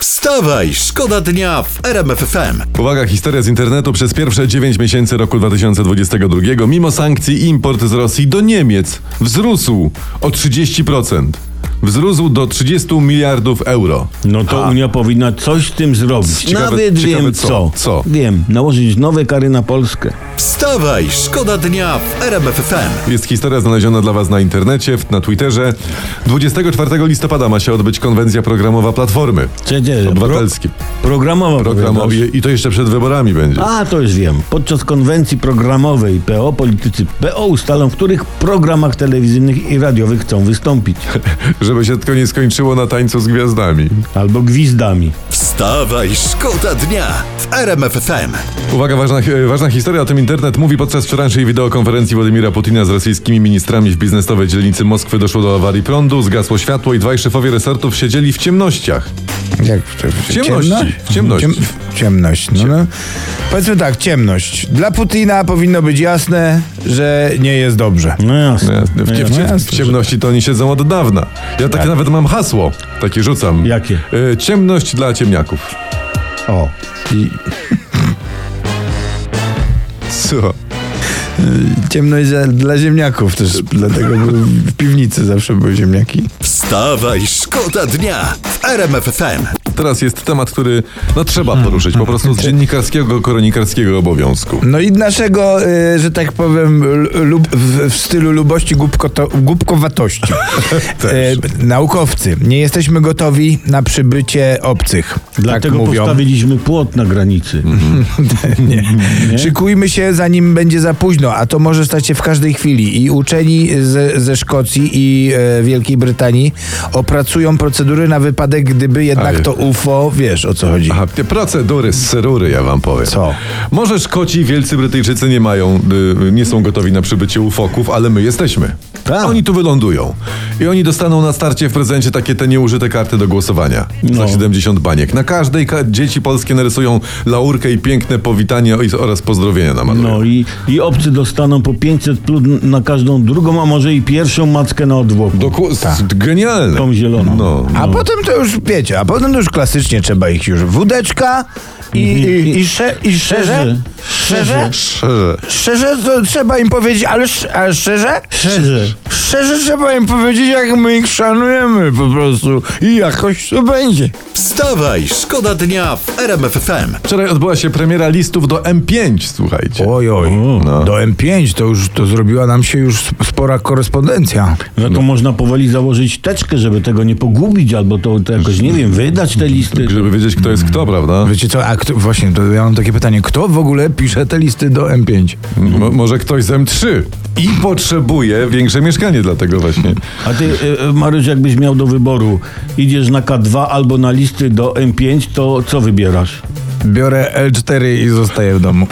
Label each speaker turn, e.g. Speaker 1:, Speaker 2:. Speaker 1: Wstawaj, szkoda dnia w RMF FM.
Speaker 2: Uwaga, historia z internetu przez pierwsze 9 miesięcy roku 2022 mimo sankcji import z Rosji do Niemiec wzrósł o 30%. Wzrósł do 30 miliardów euro.
Speaker 3: No to Unia powinna coś z tym zrobić.
Speaker 2: Ciekawe-
Speaker 3: Nawet
Speaker 2: ciekawe
Speaker 3: wiem
Speaker 2: co.
Speaker 3: co.
Speaker 2: Co?
Speaker 3: Wiem, nałożyć nowe kary na Polskę.
Speaker 1: Wstawaj, szkoda dnia w RMF FM.
Speaker 2: Jest historia znaleziona dla Was na internecie, w- na Twitterze. 24 listopada ma się odbyć konwencja programowa Platformy
Speaker 3: Czy, czy,
Speaker 2: Obywatelskiej.
Speaker 3: programowa.
Speaker 2: Programowa,
Speaker 3: powiadasz?
Speaker 2: I to jeszcze przed wyborami będzie.
Speaker 3: A, to już wiem. Podczas konwencji programowej PO politycy PO ustalą, w których programach telewizyjnych i radiowych chcą wystąpić.
Speaker 2: Żeby się tylko nie skończyło na tańcu z gwiazdami.
Speaker 3: Albo gwizdami.
Speaker 1: Wstawaj, szkoda dnia w RMF FM.
Speaker 2: Uwaga, ważna, e, ważna historia, o tym internet mówi podczas wczorajszej wideokonferencji Władimira Putina z rosyjskimi ministrami w biznesowej dzielnicy Moskwy doszło do awarii prądu, zgasło światło i dwaj szefowie resortów siedzieli w ciemnościach.
Speaker 4: Jak w, w,
Speaker 2: ciemności,
Speaker 4: w ciemno? Mhm.
Speaker 2: w ciemności.
Speaker 4: w ciemność. No, no. Powiedzmy tak, ciemność. Dla Putina powinno być jasne, że nie jest dobrze.
Speaker 3: No jasne. Tak.
Speaker 2: W, w, w,
Speaker 4: jasne,
Speaker 2: w ciemności to oni siedzą od dawna. Ja takie nawet mam hasło, takie rzucam.
Speaker 3: Jakie?
Speaker 2: E, Ciemność dla ciemniaków.
Speaker 4: O. I
Speaker 2: Co?
Speaker 4: ciemność za, dla ziemniaków też, dlatego bo w piwnicy zawsze były ziemniaki.
Speaker 1: Wstawaj, szkoda dnia w RMF FM.
Speaker 2: Teraz jest temat, który no trzeba poruszyć, po prostu z dziennikarskiego, koronikarskiego obowiązku.
Speaker 4: No i naszego, y, że tak powiem, l- lub, w, w stylu lubości głupkoto, głupkowatości. Y, naukowcy, nie jesteśmy gotowi na przybycie obcych.
Speaker 3: Dlatego
Speaker 4: tak mówią.
Speaker 3: postawiliśmy płot na granicy.
Speaker 4: Nie. Szykujmy się, zanim będzie za późno, a to może stać się w każdej chwili. I uczeni ze, ze Szkocji i e, Wielkiej Brytanii opracują procedury na wypadek, gdyby jednak
Speaker 2: Ale-
Speaker 4: to UFO, wiesz o co chodzi.
Speaker 2: Aha, te procedury z serury, ja wam powiem.
Speaker 4: Co?
Speaker 2: Może Szkoci i wielcy Brytyjczycy nie mają, y, nie są gotowi na przybycie ufoków, ale my jesteśmy.
Speaker 3: Tak.
Speaker 2: Oni tu wylądują. I oni dostaną na starcie w prezencie takie te nieużyte karty do głosowania. Za
Speaker 3: No.
Speaker 2: 70 baniek. Na każdej ka- dzieci polskie narysują laurkę i piękne powitanie i- oraz pozdrowienia na
Speaker 3: No i, i obcy dostaną po 500 plus na każdą drugą, a może i pierwszą mackę na odwłoku.
Speaker 2: Doku- z- genialne.
Speaker 3: No. Tak. Tą zieloną.
Speaker 2: No.
Speaker 4: A potem to już, wiecie, a potem to już klasycznie trzeba ich już wódeczka i, Mhm. i, i, sze, i szczerze, szczerze,
Speaker 2: Szczerze.
Speaker 4: szczerze to trzeba im powiedzieć, ale, sz- ale szczerze,
Speaker 3: Szczerze.
Speaker 4: szczerze trzeba im powiedzieć, jak my ich szanujemy po prostu i jakoś to będzie.
Speaker 1: Wstawaj, szkoda dnia w RMF FM.
Speaker 2: Wczoraj odbyła się premiera listów do M5, słuchajcie.
Speaker 4: Oj, oj.
Speaker 2: No.
Speaker 4: Do M5 to już to zrobiła nam się już spora korespondencja.
Speaker 3: No to można powoli założyć teczkę, żeby tego nie pogubić, albo to, to jakoś, nie wiem, wydać te listy.
Speaker 2: Żeby wiedzieć, kto jest kto, prawda?
Speaker 4: Wiecie co, a kto, właśnie, to ja mam takie pytanie, kto w ogóle pisze te listy do M5?
Speaker 2: Mo- może ktoś z M3 i potrzebuje większe mieszkanie dla tego właśnie.
Speaker 3: A ty, y, y, Mariusz, jakbyś miał do wyboru, idziesz na K2 albo na listy do M5, to co wybierasz?
Speaker 4: Biorę L4 i zostaję w domu.